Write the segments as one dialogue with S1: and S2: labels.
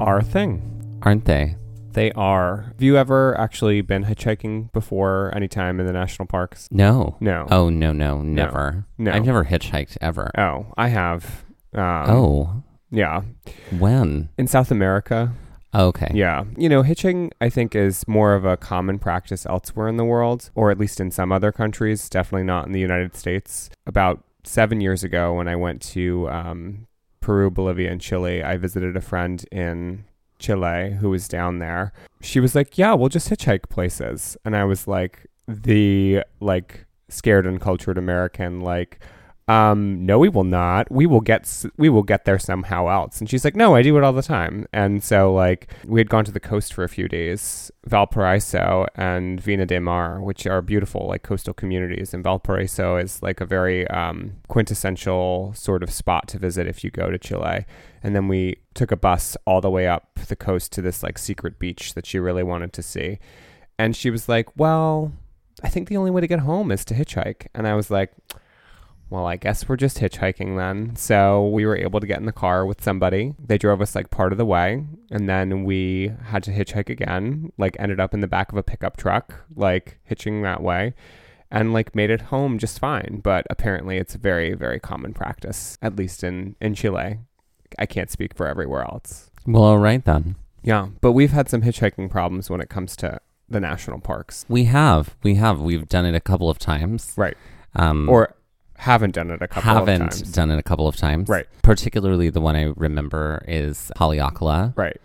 S1: are a thing.
S2: Aren't they?
S1: They are. Have you ever actually been hitchhiking before any time in the national parks?
S2: No.
S1: No.
S2: Oh, no, no, never.
S1: No.
S2: I've never hitchhiked ever.
S1: Oh, I have. Um,
S2: oh,
S1: Yeah.
S2: when? Oh,
S1: In South America.
S2: Okay.
S1: Yeah. You know, hitching, I think, is more of a common practice elsewhere in the world, or at least in some other countries, definitely not in the United States. About seven years ago, when I went to um, Peru, Bolivia, and Chile, I visited a friend in Chile who was down there. She was like, Yeah, we'll just hitchhike places. And I was like, The like scared and cultured American, like, um, no, we will not. We will get s- we will get there somehow else. And she's like, no, I do it all the time. And so like we had gone to the coast for a few days, Valparaiso and Vina de Mar, which are beautiful like coastal communities. And Valparaiso is like a very um, quintessential sort of spot to visit if you go to Chile. And then we took a bus all the way up the coast to this like secret beach that she really wanted to see. And she was like, well, I think the only way to get home is to hitchhike. And I was like. Well, I guess we're just hitchhiking then. So we were able to get in the car with somebody. They drove us like part of the way, and then we had to hitchhike again. Like ended up in the back of a pickup truck, like hitching that way, and like made it home just fine. But apparently, it's very, very common practice, at least in in Chile. I can't speak for everywhere else.
S2: Well, all right then.
S1: Yeah, but we've had some hitchhiking problems when it comes to the national parks,
S2: We have. We have. We've done it a couple of times.
S1: right?
S2: Um,
S1: Or haven't done it a couple
S2: haven't
S1: of times,
S2: done it a couple of times.
S1: Right.
S2: Particularly the one I remember is Haleakala
S1: right?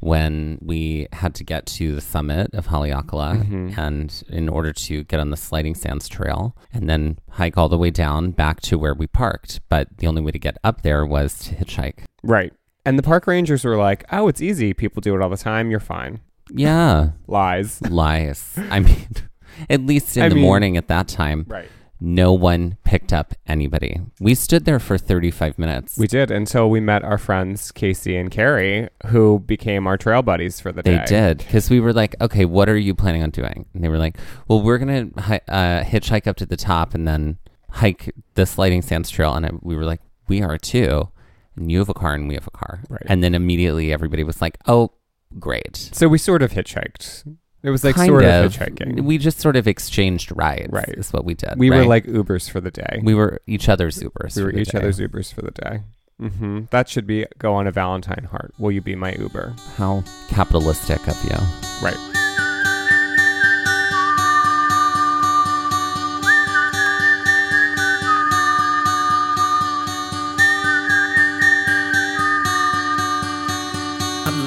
S2: when we had to get to the summit of Haleakala
S1: Mm-hmm.
S2: and in order to get on the sliding sands trail and then hike all the way down back to where we parked. But the only way to get up there was to hitchhike.
S1: Right. And the park rangers were like, oh, it's easy. People do it all the time. You're fine.
S2: Yeah.
S1: Lies.
S2: Lies. I mean, at least in
S1: I
S2: the
S1: mean-
S2: morning at that time,
S1: Right.
S2: no one picked up anybody. We stood there for 35 minutes.
S1: We did until we met our friends, Casey and Carrie, who became our trail buddies for the
S2: They
S1: day.
S2: did because we were like, okay, what are you planning on doing? And they were like, well, we're gonna hi- uh, hitchhike up to the top and then hike the sliding sands trail. And I, we were like, we are too. And you have a car and we have a car.
S1: Right.
S2: And then immediately everybody was like, oh, great.
S1: So we sort of hitchhiked. It was like
S2: Kind
S1: sort of,
S2: of.
S1: hitchhiking.
S2: We just sort of exchanged rides.
S1: Right.
S2: is what we did.
S1: We were
S2: right?
S1: like Ubers for the day.
S2: we were each other's Ubers.
S1: We
S2: for
S1: were
S2: the
S1: each
S2: day.
S1: other's Ubers for the day. hmm That should be go on a Valentine heart. Will you be my Uber?
S2: How capitalistic of you.
S1: Right.
S3: I'm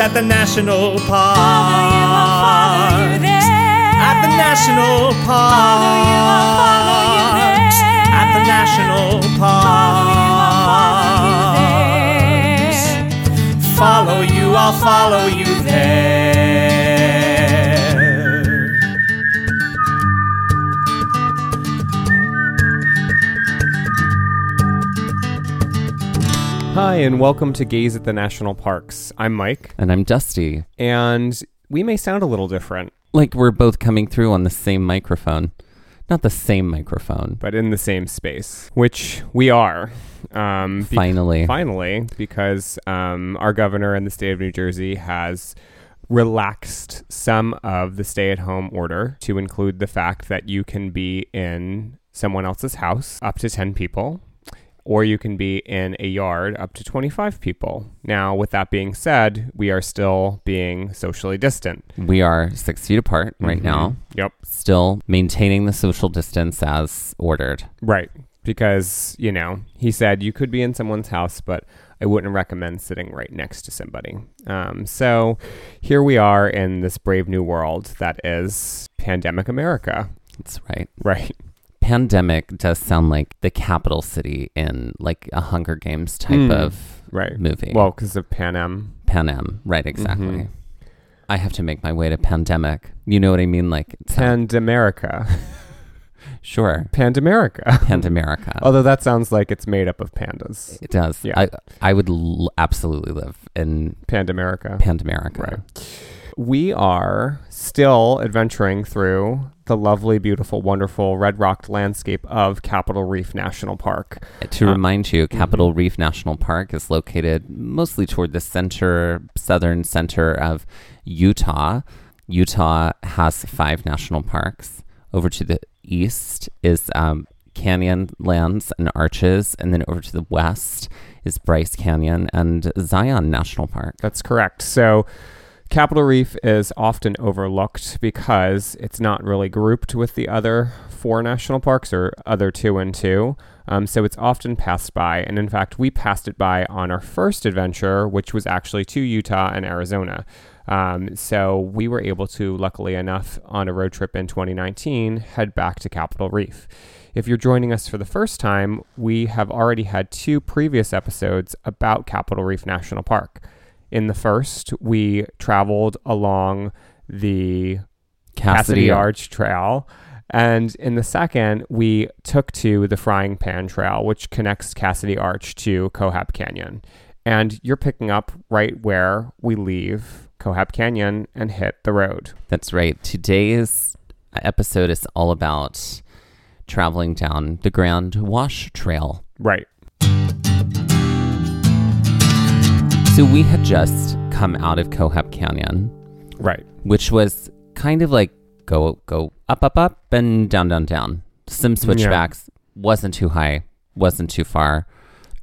S3: at the national
S4: Follow you,
S3: park. At the national parks. At the national parks. Follow you, I'll follow you there.
S1: Hi, and welcome to Gaze at the National Parks. I'm Mike,
S2: And I'm Dusty.
S1: and we may sound a little different,
S2: Like we're both coming through on the same microphone. Not the same microphone.
S1: but in the same space, which we are. Um, be-
S2: Finally.
S1: Finally, because um, our governor in the state of New Jersey has relaxed some of the stay at home order to include the fact that you can be in someone else's house up to 10 people. Or you can be in a yard up to 25 people. Now, with that being said, we are still being socially distant.
S2: We are six feet apart
S1: Mm-hmm.
S2: right now,
S1: Yep.
S2: still maintaining the social distance as ordered.
S1: Right. Because, you know, he said you could be in someone's house, but I wouldn't recommend sitting right next to somebody. Um, so here we are in this brave new world that is pandemic America.
S2: That's right.
S1: Right.
S2: Pandemic does sound like the capital city in like a Hunger Games type
S1: Mm,
S2: of
S1: Right.
S2: movie.
S1: Well, mm-hmm. because of Pan Am.
S2: Pan Am, right? Exactly. I have to make my way to pandemic. You know what I mean? Like, it's-
S1: Pandemerica.
S2: sure,
S1: Pandemerica.
S2: Pandemerica.
S1: Although that sounds like it's made up of pandas.
S2: It does.
S1: Oh, Yeah.
S2: I I would l- absolutely live in
S1: Pandemerica.
S2: Pandemerica.
S1: Right. We are still adventuring through the lovely, beautiful, wonderful red rocked landscape of Capitol Reef National Park.
S2: To remind you, Capitol Reef National Park is located mostly toward the center, southern center of Utah. Utah has five national parks. Over to the east is um, Canyon Lands and Arches, and then over to the west is Bryce Canyon and Zion National Park.
S1: That's correct. So, Capitol Reef is often overlooked because it's not really grouped with the other four national parks or other two and two. Um, so it's often passed by. And in fact, we passed it by on our first adventure, which was actually to Utah and Arizona. Um, so we were able to, luckily enough, on a road trip in 2019, head back to Capitol Reef. If you're joining us for the first time, we have already had two previous episodes about Capitol Reef National Park. In the first, we traveled along the Cassidy, Arch Trail. And in the second, we took to the Frying Pan Trail, which connects Cassidy Arch to Cohab Canyon. And you're picking up right where we leave Cohab Canyon and hit the road.
S2: That's right. Today's episode is all about traveling down the Grand Wash Trail.
S1: Right.
S2: So we had just come out of Cohab Canyon,
S1: Right.
S2: which was kind of like go go up up up and down down down.
S1: Mm,
S2: Some switchbacks wasn't too high, wasn't too far.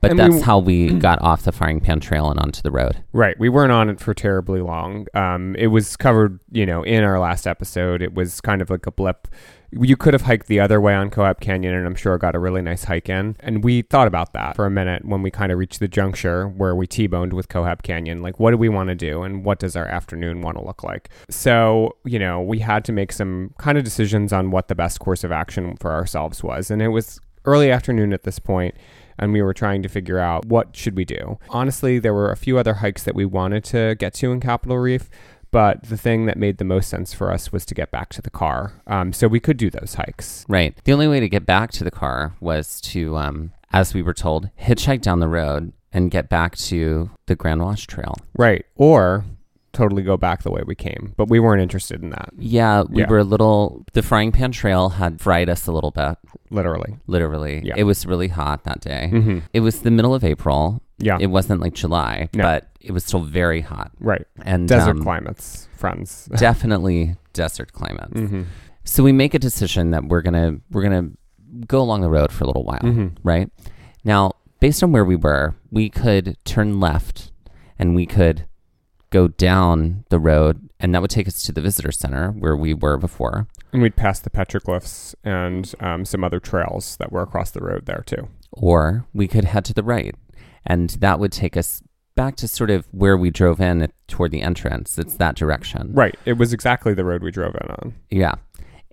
S2: But
S1: And we
S2: that's
S1: w-
S2: how we got off the frying pan trail and onto the road.
S1: Right. We weren't on it for terribly long. Um, it was covered, you know, in our last episode. It was kind of like a blip. You could have hiked the other way on Coab Canyon, and I'm sure got a really nice hike in. And we thought about that for a minute when we kind of reached the juncture where we T-boned with Coab Canyon. Like, what do we want to do, and what does our afternoon want to look like? So, you know, we had to make some kind of decisions on what the best course of action for ourselves was, and it was early afternoon at this point and we were trying to figure out what should we do. Honestly, there were a few other hikes that we wanted to get to in Capitol Reef, but the thing that made the most sense for us was to get back to the car. Um, so we could do those hikes.
S2: Right. The only way to get back to the car was to, um, as we were told, hitchhike down the road and get back to the Grand Wash Trail.
S1: Right. Or totally go back the way we came, but we weren't interested in that,
S2: Yeah, we
S1: Yeah.
S2: were a little. The frying pan trail had fried us a little bit,
S1: literally.
S2: literally.
S1: Yeah.
S2: It was really hot that day.
S1: Mhm.
S2: It was the middle of April.
S1: Yeah.
S2: It wasn't like July,
S1: Ah. No.
S2: but it was still very hot.
S1: Right.
S2: And
S1: Desert
S2: um,
S1: climates, friends.
S2: definitely desert climate.
S1: hmm
S2: So we make a decision that we're gonna we're gonna go along the road for a little while,
S1: Mhm.
S2: right? Now, based on where we were, we could turn left, and we could go down the road, and that would take us to the visitor center where we were before.
S1: And we'd pass the petroglyphs and um, some other trails that were across the road there, too.
S2: Or we could head to the right. And that would take us back to sort of where we drove in at- toward the entrance. It's that direction.
S1: Right. It was exactly the road we drove in on.
S2: Yeah.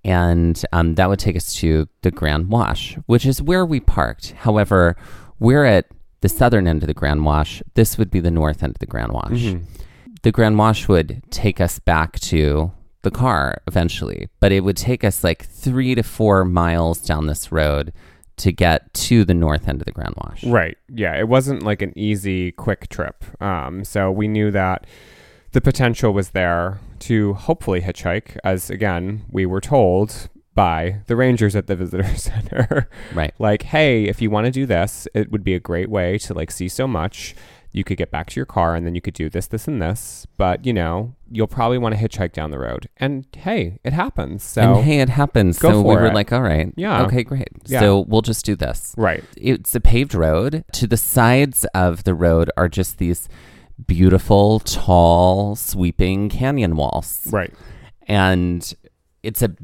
S2: And um, that would take us to the Grand Wash, which is where we parked. However, we're at the southern end of the Grand Wash. This would be the north end of the Grand Wash. The Grand Wash would take us back to the car eventually, but it would take us like three to four miles down this road to get to the north end of the Grand Wash.
S1: Right. Yeah. It wasn't like an easy, quick trip. Um, so we knew that the potential was there to hopefully hitchhike, as again, we were told by the Rangers at the Visitor Center.
S2: Right.
S1: like, hey, if you want to do this, it would be a great way to like see so much. You could get back to your car and then you could do this, this, and this. But, you know, you'll probably want to hitchhike down the road. And hey, it happens. So,
S2: And hey, it happens.
S1: Go
S2: so we
S1: for
S2: were
S1: it.
S2: like, all right.
S1: Yeah.
S2: Okay, great.
S1: Yeah.
S2: So we'll just do this.
S1: right.
S2: it's a paved road. To the sides of the road are just these beautiful, tall, sweeping canyon walls.
S1: Right.
S2: And it's a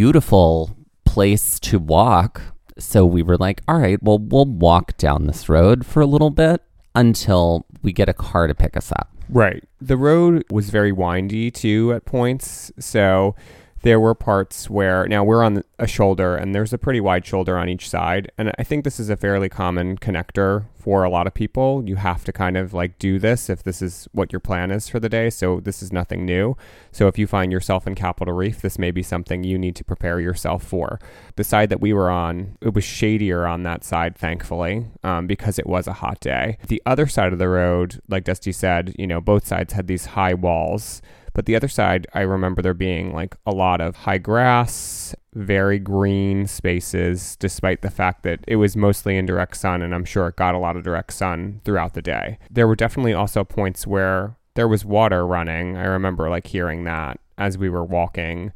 S2: beautiful place to walk. So we were like, all right, well, we'll walk down this road for a little bit until we get a car to pick us up.
S1: Right. The road was very windy too at points. So there were parts where now we're on a shoulder and there's a pretty wide shoulder on each side. And I think this is a fairly common connector for a lot of people. You have to kind of like do this if this is what your plan is for the day. So this is nothing new. So if you find yourself in Capitol Reef, this may be something you need to prepare yourself for. The side that we were on, it was shadier on that side, thankfully, um, because it was a hot day. The other side of the road, like Dusty said, you know, both sides had these high walls. But the other side, I remember there being like a lot of high grass, very green spaces, despite the fact that it was mostly in direct sun. And I'm sure it got a lot of direct sun throughout the day. There were definitely also points where there was water running. I remember like hearing that as we were walking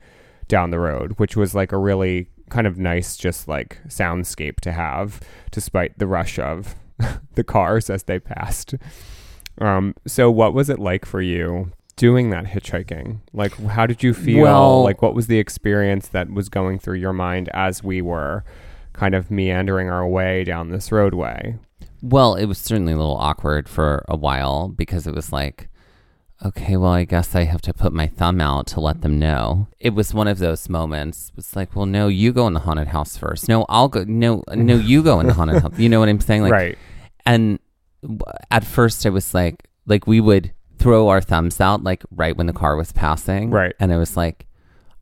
S1: down the road, which was like a really kind of nice, just like soundscape to have, despite the rush of the cars as they passed. Um, so, what was it like for you doing that hitchhiking? Like, how did you feel?
S2: Well-
S1: like, what was the experience that was going through your mind as we were kind of meandering our way down this roadway?
S2: Well, it was certainly a little awkward for a while because it was like, okay, well, I guess I have to put my thumb out to let them know. It was one of those moments. It's like, well, no, you go in the haunted house first. No, I'll go. No, no, you go in the haunted house. You know what I'm saying? Like,
S1: right.
S2: and w- at first, it was like, like we would throw our thumbs out, like right when the car was passing.
S1: Right.
S2: And it was like,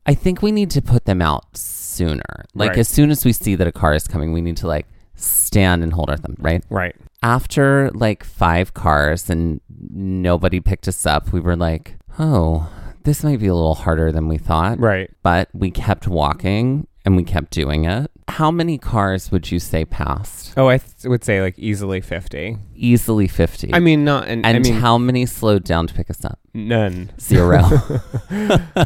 S2: I think we need to put them out sooner. Like
S1: Right.
S2: as soon as we see that a car is coming, we need to like stand and hold our thumb. Right
S1: Right.
S2: after like five cars and nobody picked us up, we were like, oh, this might be a little harder than we thought.
S1: Right.
S2: But we kept walking and we kept doing it. How many cars would you say passed?
S1: Oh, I th- would say like easily 50.
S2: Easily 50.
S1: I mean, not, and,
S2: and
S1: I mean,
S2: how many slowed down to pick us up?
S1: none.
S2: Zero.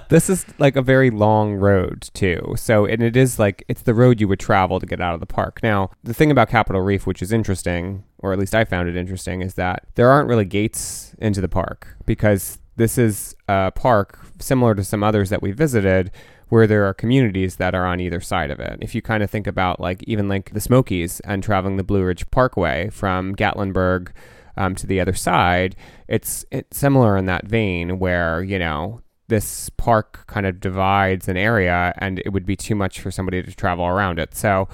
S1: this is like a very long road too. So, and it is like it's the road you would travel to get out of the park. Now, the thing about Capitol Reef, which is interesting, or at least I found it interesting, is that there aren't really gates into the park because this is a park similar to some others that we visited where there are communities that are on either side of it. If you kind of think about like even like the Smokies and traveling the Blue Ridge Parkway from Gatlinburg um, to the other side, it's, it's similar in that vein where, you know, this park kind of divides an area and it would be too much for somebody to travel around it. So,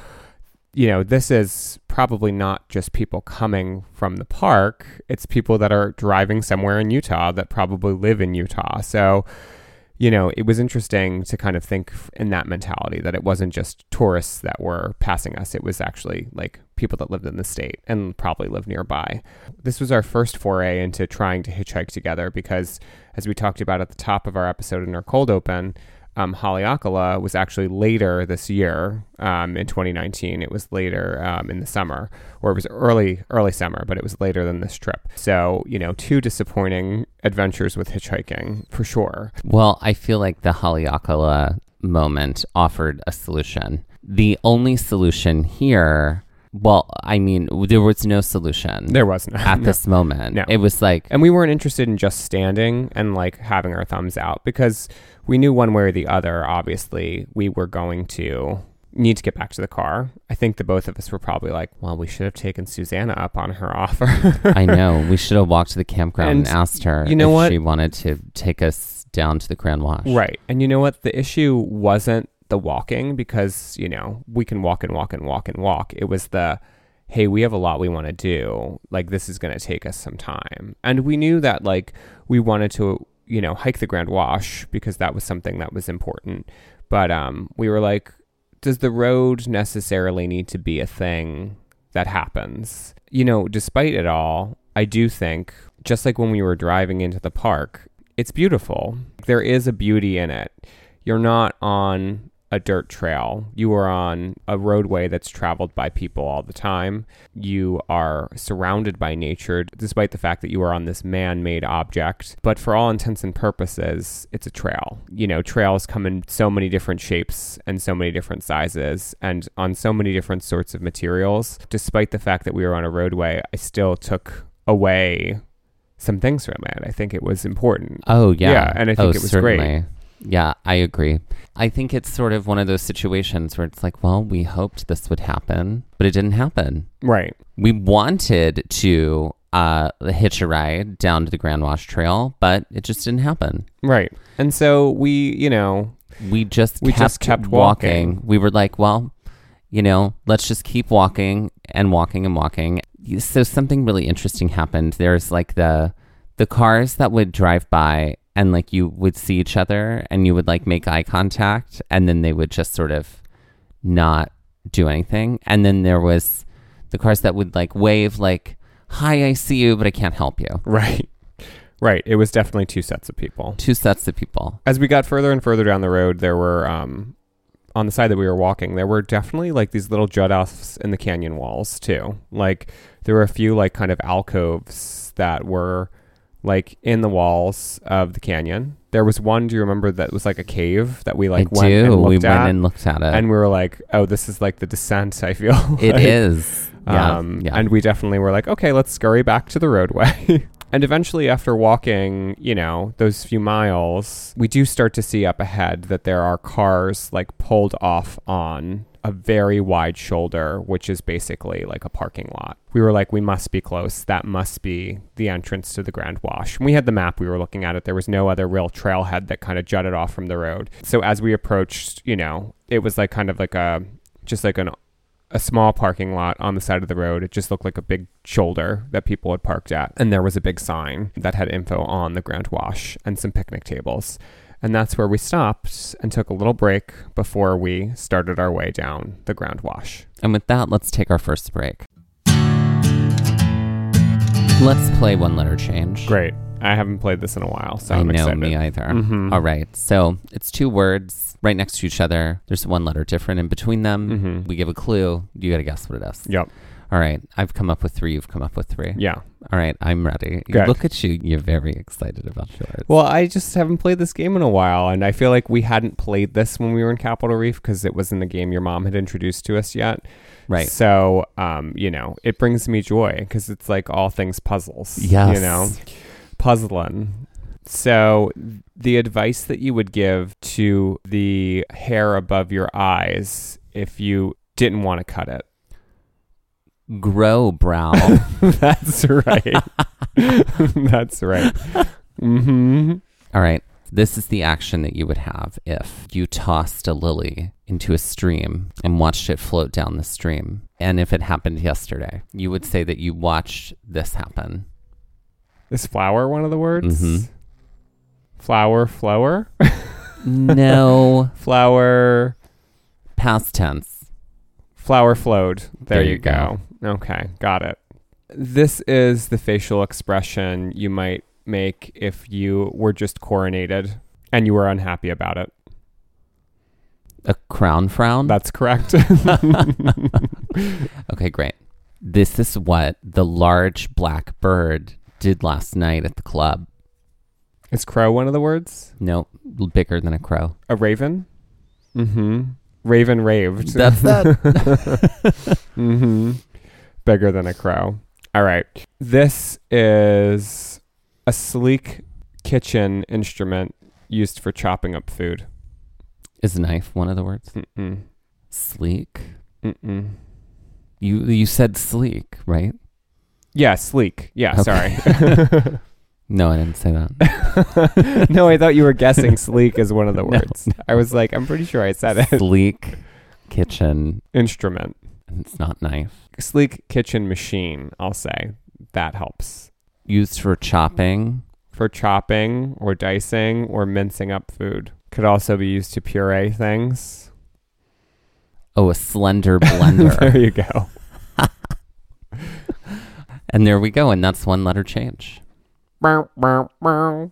S1: you know, this is probably not just people coming from the park, it's people that are driving somewhere in Utah that probably live in Utah. So, you know, it was interesting to kind of think f- in that mentality that it wasn't just tourists that were passing us. It was actually like people that lived in the state and probably lived nearby. This was our first foray into trying to hitchhike together because, as we talked about at the top of our episode in our cold open, um, Haleakala was actually later this year um, in 2019. It was later um, in the summer, or it was early early summer, but it was later than this trip. So you know, two disappointing adventures with hitchhiking for sure.
S2: well, I feel like the Haleakala moment offered a solution. The only solution here, well, I mean, there was no solution.
S1: There was no.
S2: at this moment.
S1: No.
S2: It was like,
S1: and we weren't interested in just standing and like having our thumbs out because we knew one way or the other, obviously, we were going to need to get back to the car. I think the both of us were probably like, well, we should have taken Susanna up on her offer.
S2: I know. We should have walked to the campground and,
S1: And
S2: asked her
S1: you know
S2: if
S1: what?
S2: she wanted to take us down to the Grand Wash.
S1: Right. And you know what? The issue wasn't the walking because, you know, we can walk and walk and walk and walk. It was the, hey, we have a lot we want to do. Like, this is going to take us some time. And we knew that, like, we wanted to, you know, hike the Grand Wash because that was something that was important. But um, we were like, does the road necessarily need to be a thing that happens? You know, despite it all, I do think, just like when we were driving into the park, it's beautiful. There is a beauty in it. You're not on a dirt trail. You are on a roadway that's traveled by people all the time. You are surrounded by nature, despite the fact that you are on this man made object. But for all intents and purposes, it's a trail. You know, trails come in so many different shapes and so many different sizes and on so many different sorts of materials. Despite the fact that we were on a roadway, I still took away some things from it. I think it was important.
S2: Oh yeah.
S1: Yeah, and I think
S2: oh,
S1: it was
S2: certainly.
S1: great.
S2: Yeah, I agree. I think it's sort of one of those situations where it's like, well, we hoped this would happen, but it didn't happen.
S1: Right.
S2: We wanted to uh, hitch a ride down to the Grand Wash Trail, but it just didn't happen.
S1: Right. And so we, you know,
S2: We just
S1: We
S2: kept
S1: just kept
S2: walking.
S1: walking.
S2: We were like, well, you know, let's just keep walking and walking and walking. So something really interesting happened. There's like the the cars that would drive by and like you would see each other and you would like make eye contact and then they would just sort of not do anything. And then there was the cars that would like wave like, "Hi, I see you, but I can't help you."
S1: right. Right. It was definitely two sets of people.
S2: Two sets of people.
S1: As we got further and further down the road, there were, um, on the side that we were walking, there were definitely like these little jut offs in the canyon walls too. Like there were a few like kind of alcoves that were like in the walls of the canyon. There was one, do you remember, that was like a cave that we like
S2: I
S1: went
S2: do.
S1: and looked
S2: we
S1: at?
S2: went and looked at it.
S1: and we were like, oh, this is like the descent, I feel.
S2: It
S1: like,
S2: is. Yeah.
S1: Um,
S2: yeah.
S1: And we definitely were like, okay, let's scurry back to the roadway. and eventually, after walking, you know, those few miles, we do start to see up ahead that there are cars like pulled off on a very wide shoulder, which is basically like a parking lot. We were like, we must be close. That must be the entrance to the Grand Wash. And we had the map we were looking at it. There was no other real trailhead that kind of jutted off from the road. So as we approached, you know, it was like kind of like a just like an a small parking lot on the side of the road. It just looked like a big shoulder that people had parked at. And there was a big sign that had info on the Grand Wash and some picnic tables. And that's where we stopped and took a little break before we started our way down the Grand Wash.
S2: And with that, let's take our first break. Let's play one letter change.
S1: Great. I haven't played this in a while, so
S2: I
S1: I'm
S2: know
S1: excited.
S2: me either.
S1: Mhm.
S2: All right. So it's two words right next to each other. There's one letter different in between them.
S1: Mhm.
S2: We give a clue. You got to guess what it is.
S1: Yep.
S2: All right. I've come up with three. You've come up with three.
S1: Yeah.
S2: All right. I'm ready.
S1: Good.
S2: Look at you. You're very excited about yours.
S1: Well, I just haven't played this game in a while, and I feel like we hadn't played this when we were in Capitol Reef because it wasn't a game your mom had introduced to us yet.
S2: right.
S1: So, um, you know, it brings me joy because it's like all things puzzles.
S2: Yes.
S1: You know, puzzling. So, the advice that you would give to the hair above your eyes if you didn't want to cut it.
S2: Grow brow.
S1: That's right. That's right. hmm
S2: All right. This is the action that you would have if you tossed a lily into a stream and watched it float down the stream. And if it happened yesterday, you would say that you watched this happen.
S1: Is flower one of the words?
S2: Mhm.
S1: Flower, flower,
S2: No,
S1: flower,
S2: past tense.
S1: Flower flowed. There,
S2: There
S1: you,
S2: you
S1: go. Okay, got it. This is the facial expression you might make if you were just coronated and you were unhappy about it.
S2: A crown frown.
S1: That's correct.
S2: okay, great. This is what the large black bird did last night at the club.
S1: is crow one of the words?
S2: No, bigger than a crow.
S1: A raven? Mm hmm. Raven raved.
S2: That's that.
S1: Mm-hmm. Bigger than a crow. All right. This is a sleek kitchen instrument used for chopping up food.
S2: Is knife one of the words?
S1: Mm-mm.
S2: Sleek.
S1: Mm-mm.
S2: You you said sleek, right?
S1: Yeah, sleek. Yeah,
S2: Okay.
S1: sorry.
S2: No, I didn't say that.
S1: no, I thought you were guessing sleek is one of the words. I was like, I'm pretty sure I said it.
S2: sleek kitchen.
S1: Instrument.
S2: and It's not knife.
S1: Sleek kitchen machine, I'll say. That helps.
S2: Used for chopping.
S1: For chopping or dicing or mincing up food. Could also be used to puree things.
S2: Oh, a slender
S1: there
S2: blender.
S1: you go.
S2: and there we go. And that's one letter change.
S1: Bow, bow, bow.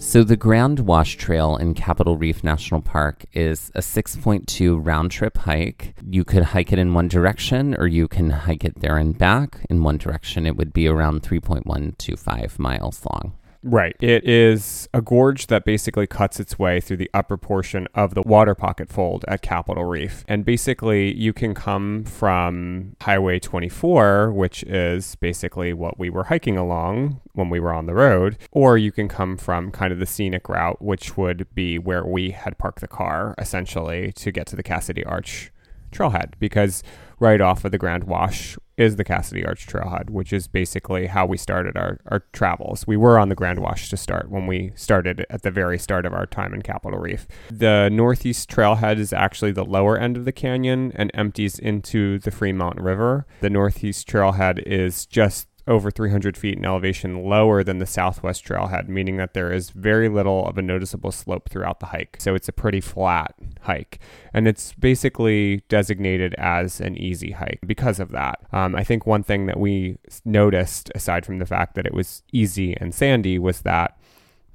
S2: So the Grand Wash Trail in Capitol Reef National Park is a 6.2 round trip hike. You could hike it in one direction or you can hike it there and back. In one direction, it would be around 3.125 miles long.
S1: Right. It is a gorge that basically cuts its way through the upper portion of the water pocket fold at Capitol Reef. And basically, you can come from Highway 24, which is basically what we were hiking along when we were on the road, or you can come from kind of the scenic route, which would be where we had parked the car essentially to get to the Cassidy Arch trailhead because right off of the Grand Wash is the Cassidy Arch trailhead, which is basically how we started our, our travels. We were on the Grand Wash to start when we started at the very start of our time in Capitol Reef. The northeast trailhead is actually the lower end of the canyon and empties into the Fremont River. The northeast trailhead is just over 300 feet in elevation lower than the southwest trailhead, meaning that there is very little of a noticeable slope throughout the hike. So it's a pretty flat hike. And it's basically designated as an easy hike because of that. Um, I think one thing that we s- noticed, aside from the fact that it was easy and sandy, was that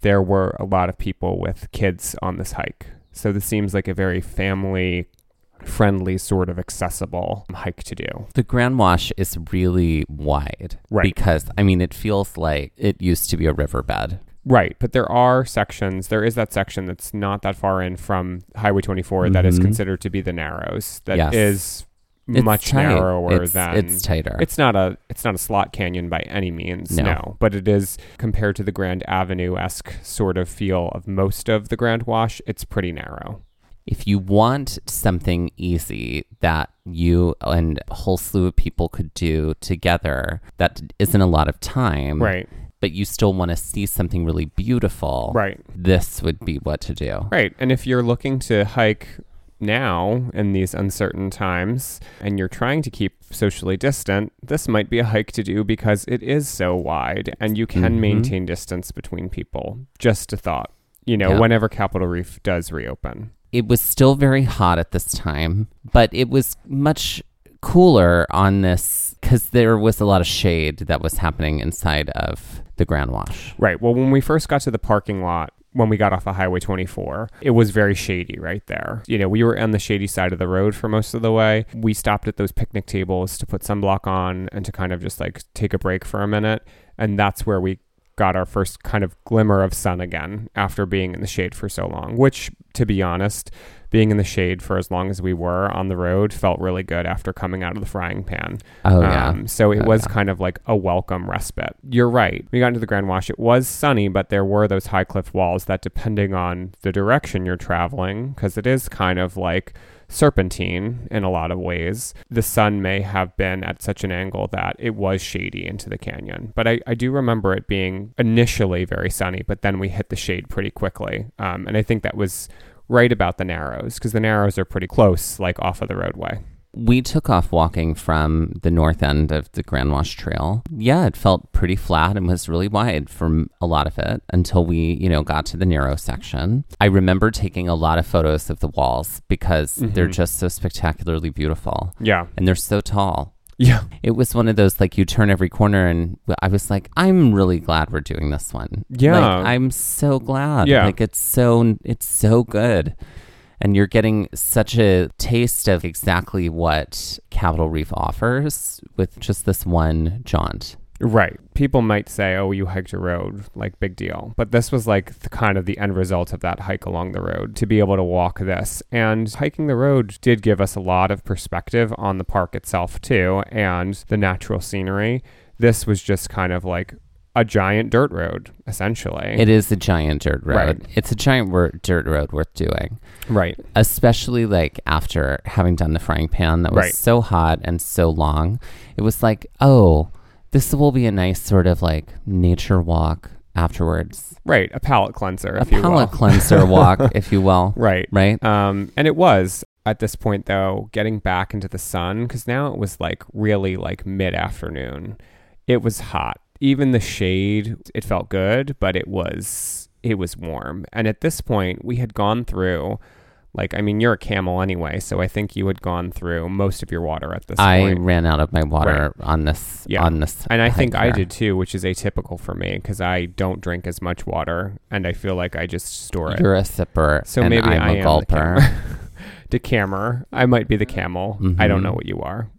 S1: there were a lot of people with kids on this hike. So this seems like a very family friendly, sort of accessible hike to do.
S2: The Grand Wash is really wide.
S1: Right.
S2: Because, I mean, it feels like it used to be a riverbed.
S1: Right, but there are sections. There is that section that's not that far in from Highway 24 that is
S2: Mhm.
S1: considered to be the narrows. That is
S2: Yes. It's
S1: much
S2: tight.
S1: narrower
S2: It's-
S1: than
S2: It's tighter.
S1: It's not a it's not a slot canyon by any means,
S2: No.
S1: no. But it is compared to the Grand Avenue esque sort of feel of most of the Grand Wash. It's pretty narrow.
S2: If you want something easy that you and a whole slew of people could do together, that isn't a lot of time,
S1: Right,
S2: but you still want to see something really beautiful,
S1: right,
S2: this would be what to do.
S1: right. And if you're looking to hike now in these uncertain times and you're trying to keep socially distant, this might be a hike to do because it is so wide and you can
S2: Mhm.
S1: maintain distance between people. Just a thought. You know,
S2: Yeah.
S1: whenever Capitol Reef does reopen.
S2: It was still very hot at this time, but it was much cooler on this because there was a lot of shade that was happening inside of the ground wash.
S1: Right. Well, when we first got to the parking lot, when we got off of Highway 24, it was very shady right there. You know, we were on the shady side of the road for most of the way. We stopped at those picnic tables to put sunblock on and to kind of just like take a break for a minute. And that's where we got our first kind of glimmer of sun again after being in the shade for so long, which, to be honest, being in the shade for as long as we were on the road felt really good after coming out of the frying pan.
S2: Oh, yeah.
S1: Um, so it
S2: Oh,
S1: was
S2: yeah.
S1: kind of like a welcome respite. You're right. We got into the Grand Wash. It was sunny, but there were those high cliff walls that, depending on the direction you're traveling, because it is kind of like serpentine in a lot of ways, the sun may have been at such an angle that it was shady into the canyon. But I, I do remember it being initially very sunny, but then we hit the shade pretty quickly. Um, and I think that was right about the narrows, because the narrows are pretty close, like off of the roadway.
S2: We took off walking from the north end of the Grand Wash Trail. Yeah, it felt pretty flat and was really wide for m- a lot of it until we, you know, got to the narrow section. I remember taking a lot of photos of the walls because they're just so spectacularly beautiful
S1: Yeah.
S2: and they're so tall.
S1: Yeah.
S2: It was one of those like you turn every corner and I was like, I'm really glad we're doing this one.
S1: Yeah.
S2: Like, I'm so glad.
S1: Yeah.
S2: Like it's so it's so good. And you're getting such a taste of exactly what Capitol Reef offers with just this one jaunt.
S1: Right. People might say, oh, you hiked a road, like big deal. But this was like the, kind of the end result of that hike along the road to be able to walk this. And hiking the road did give us a lot of perspective on the park itself, too, and the natural scenery. This was just kind of like a giant dirt road, essentially.
S2: It is a giant dirt road.
S1: Right.
S2: It's a giant wor- dirt road worth doing,
S1: right.
S2: especially like after having done the frying pan that was
S1: Right.
S2: so hot and so long. It was like, oh, this will be a nice sort of like nature walk afterwards,
S1: Right. A palate cleanser,
S2: a
S1: if you will.
S2: palate cleanser walk, if you will.
S1: right.
S2: Right?
S1: Um, and it was at this point though getting back into the sun because now it was like really like mid afternoon. It was hot. Even the shade, it felt good, but it was it was warm. And at this point, we had gone through. Like, I mean, you're a camel anyway, so I think you had gone through most of your water at this
S2: I
S1: point.
S2: ran out of my water on this.
S1: Yeah.
S2: On this,
S1: And I think
S2: hike
S1: I
S2: here.
S1: did too, which is atypical for me because I don't drink as much water and I feel like I just store it.
S2: You're a sipper,
S1: so
S2: and
S1: maybe
S2: I'm
S1: I
S2: a
S1: am
S2: gulper.
S1: the cammer. I might be the camel. I
S2: Mhm.
S1: don't know what you are.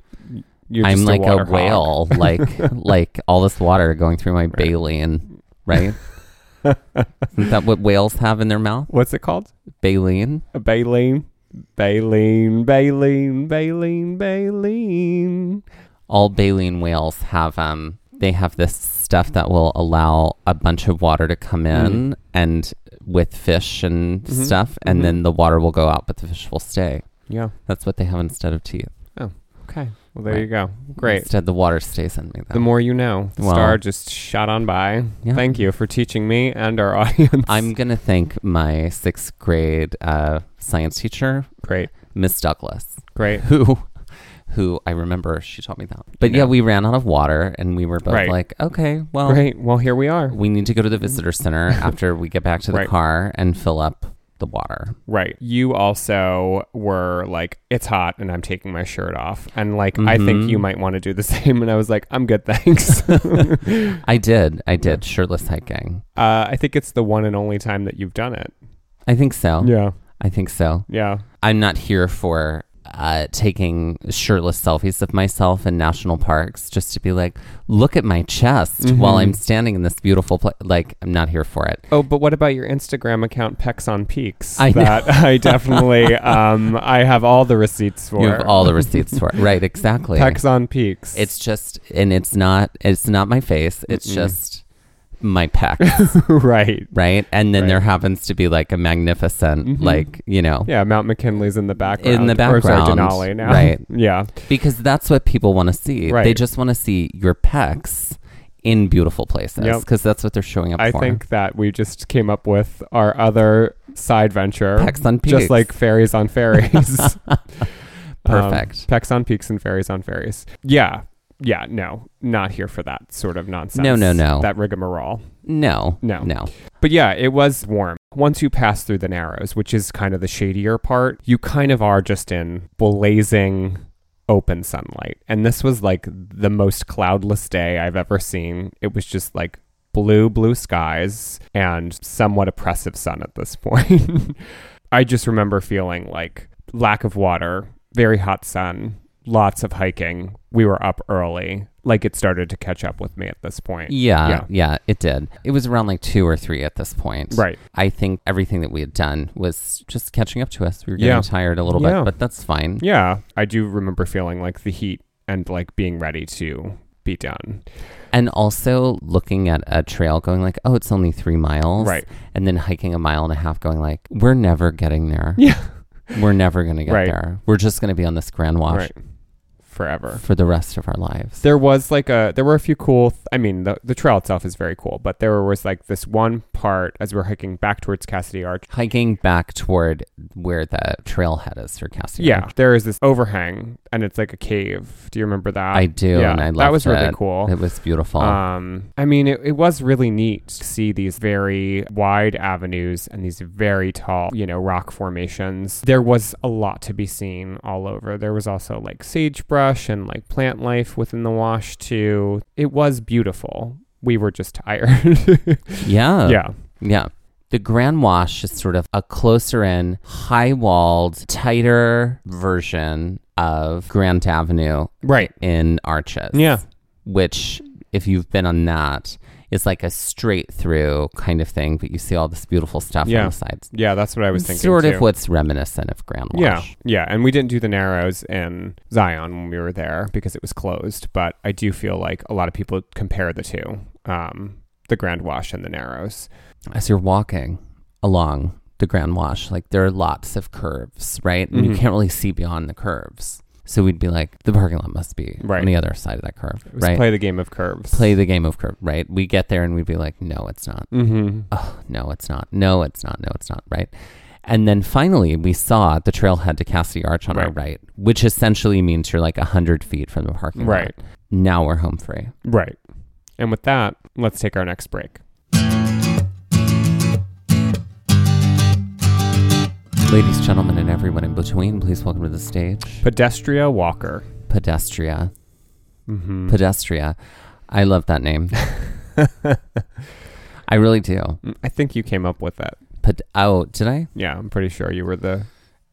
S1: You're
S2: I'm
S1: just
S2: like
S1: water
S2: a
S1: hog.
S2: whale, like like all this water going through my baleen, right? Isn't that what whales have in their mouth?
S1: What's it called?
S2: Baleen.
S1: A baleen. Baleen, baleen, baleen, baleen.
S2: All baleen whales have um they have this stuff that will allow a bunch of water to come
S1: Mm-hmm.
S2: in and with fish and stuff, and
S1: mhm.
S2: then the water will go out, but the fish will stay.
S1: Yeah.
S2: That's what they have instead of teeth.
S1: Okay. Well, there
S2: Right.
S1: you go. Great.
S2: Instead, the water stays in me. Though.
S1: The more you know.
S2: Well-
S1: Star just shot on by.
S2: Yeah.
S1: Thank you for teaching me and our audience.
S2: I'm gonna thank my sixth grade uh, science teacher,
S1: great.
S2: Miss Douglas.
S1: Great.
S2: who who I remember she taught me that. But
S1: Yeah.
S2: yeah, we ran out of water and we were both
S1: Right.
S2: like, okay, well,
S1: Great. Well, here we are.
S2: we need to go to the visitor center after we get back to the
S1: Mm. Right.
S2: car and fill up the water.
S1: Right. You also were like, it's hot and I'm taking my shirt off. And like, I think
S2: Mhm.
S1: you might want to do the same. And I was like, I'm good, thanks. uh,
S2: I did. I did shirtless hiking.
S1: I think it's the one and only time that you've done it.
S2: I think so.
S1: Yeah.
S2: I think so.
S1: Yeah.
S2: I'm not here for uh, taking shirtless selfies of myself in national parks just to be like, look at my chest while
S1: Mhm.
S2: I'm standing in this beautiful place. Like, I'm not here for it.
S1: Oh, but what about your Instagram account, Pecs on Peaks?
S2: I know.
S1: that I definitely, um, I have all the receipts for.
S2: You have all the receipts for it. Right, exactly.
S1: Pecs on Peaks.
S2: It's just, and it's not, it's not my face. It's
S1: Mm-mm.
S2: just my pecs,
S1: right.
S2: right? And then
S1: Right.
S2: there happens to be like a magnificent,
S1: Mhm.
S2: like you know,
S1: Yeah, Mount McKinley's in the background.
S2: the
S1: Or sorry,
S2: background,
S1: Denali now.
S2: right.
S1: Yeah.
S2: because that's what people want to see. They
S1: Right.
S2: just want to see your pecs in beautiful places
S1: Yep.
S2: because that's what they're showing up
S1: I
S2: for.
S1: think that we just came up with our other side venture.
S2: pecs on peaks,
S1: just like fairies on fairies. Um,
S2: Perfect.
S1: Pecks on peaks and fairies on fairies. Yeah. Yeah. No, not here for that sort of nonsense.
S2: No, no, no.
S1: That rigmarole.
S2: no,
S1: No.
S2: no.
S1: But yeah, it was warm. Once you pass through the Narrows, which is kind of the shadier part, you kind of are just in blazing open sunlight. And this was like the most cloudless day I've ever seen. It was just like blue, blue skies and somewhat oppressive sun at this point. I just remember feeling like lack of water, very hot sun, lots of hiking. We were up early. Like it started to catch up with me at this point.
S2: Yeah, yeah,
S1: Yeah.
S2: it did. It was around like two or three at this point.
S1: Right.
S2: I think everything that we had done was just catching up to us. We were getting
S1: Yeah.
S2: tired a little
S1: Yeah.
S2: bit, but that's fine.
S1: Yeah, I do remember feeling like the heat and like being ready to be done.
S2: And also looking at a trail going like, oh, it's only three miles.
S1: Right.
S2: And then hiking a mile and a half going like, we're never getting there.
S1: Yeah.
S2: We're never going to get
S1: Right.
S2: there. We're just going to be on this grand wash
S1: Right. Forever.
S2: for the rest of our lives.
S1: There was like a there were a few cool th- I mean the the trail itself is very cool, but there was like this one part as we we're hiking back towards Cassidy Arch.
S2: Hiking back toward where the trailhead is for Cassidy.
S1: Yeah,
S2: Ranch.
S1: there is this overhang and it's like a cave. Do you remember that?
S2: I do.
S1: Yeah,
S2: and I love
S1: that was really
S2: it.
S1: cool.
S2: It was beautiful.
S1: Um, I mean, it, it was really neat to see these very wide avenues and these very tall, you know, rock formations. There was a lot to be seen all over. There was also like sagebrush and like plant life within the wash, too. It was beautiful. We were just tired.
S2: yeah.
S1: yeah.
S2: Yeah. The Grand Wash is sort of a closer in, high walled, tighter version of Grant Avenue
S1: Right.
S2: in Arches.
S1: Yeah.
S2: Which, if you've been on that, is like a straight through kind of thing, but you see all this beautiful stuff on
S1: Yeah.
S2: the sides.
S1: Yeah. That's what I was thinking.
S2: Sort
S1: too.
S2: of what's reminiscent of Grand Wash.
S1: Yeah, yeah, and we didn't do the Narrows in Zion when we were there because it was closed. But I do feel like a lot of people compare the two, um, the Grand Wash and the Narrows.
S2: as you're walking along the Grand Wash, like there are lots of curves, right? And you
S1: Mhm.
S2: can't really see beyond the curves. So we'd be like, the parking lot must be
S1: Right.
S2: on the other side of that curve,
S1: It was
S2: right? Play-,
S1: play the game of curves.
S2: the game of curve, right? We get there and we'd be like, no, it's not.
S1: Mm-hmm.
S2: Oh, no, it's not. No, it's not. No, it's not, right? And then finally, we saw the trailhead to Cassidy Arch on our
S1: Right.
S2: right, which essentially means you're like 100 feet from the parking
S1: Right.
S2: lot. Now we're home free.
S1: Right. And with that, let's take our next break.
S2: Ladies, gentlemen, and everyone in between, please welcome to the stage.
S1: Pedestria Walker.
S2: Pedestria.
S1: Mm-hmm.
S2: Pedestria. I love that name. I really do.
S1: Mm, I think you came up with that.
S2: Ped- oh, did I?
S1: Yeah, I'm pretty sure you were the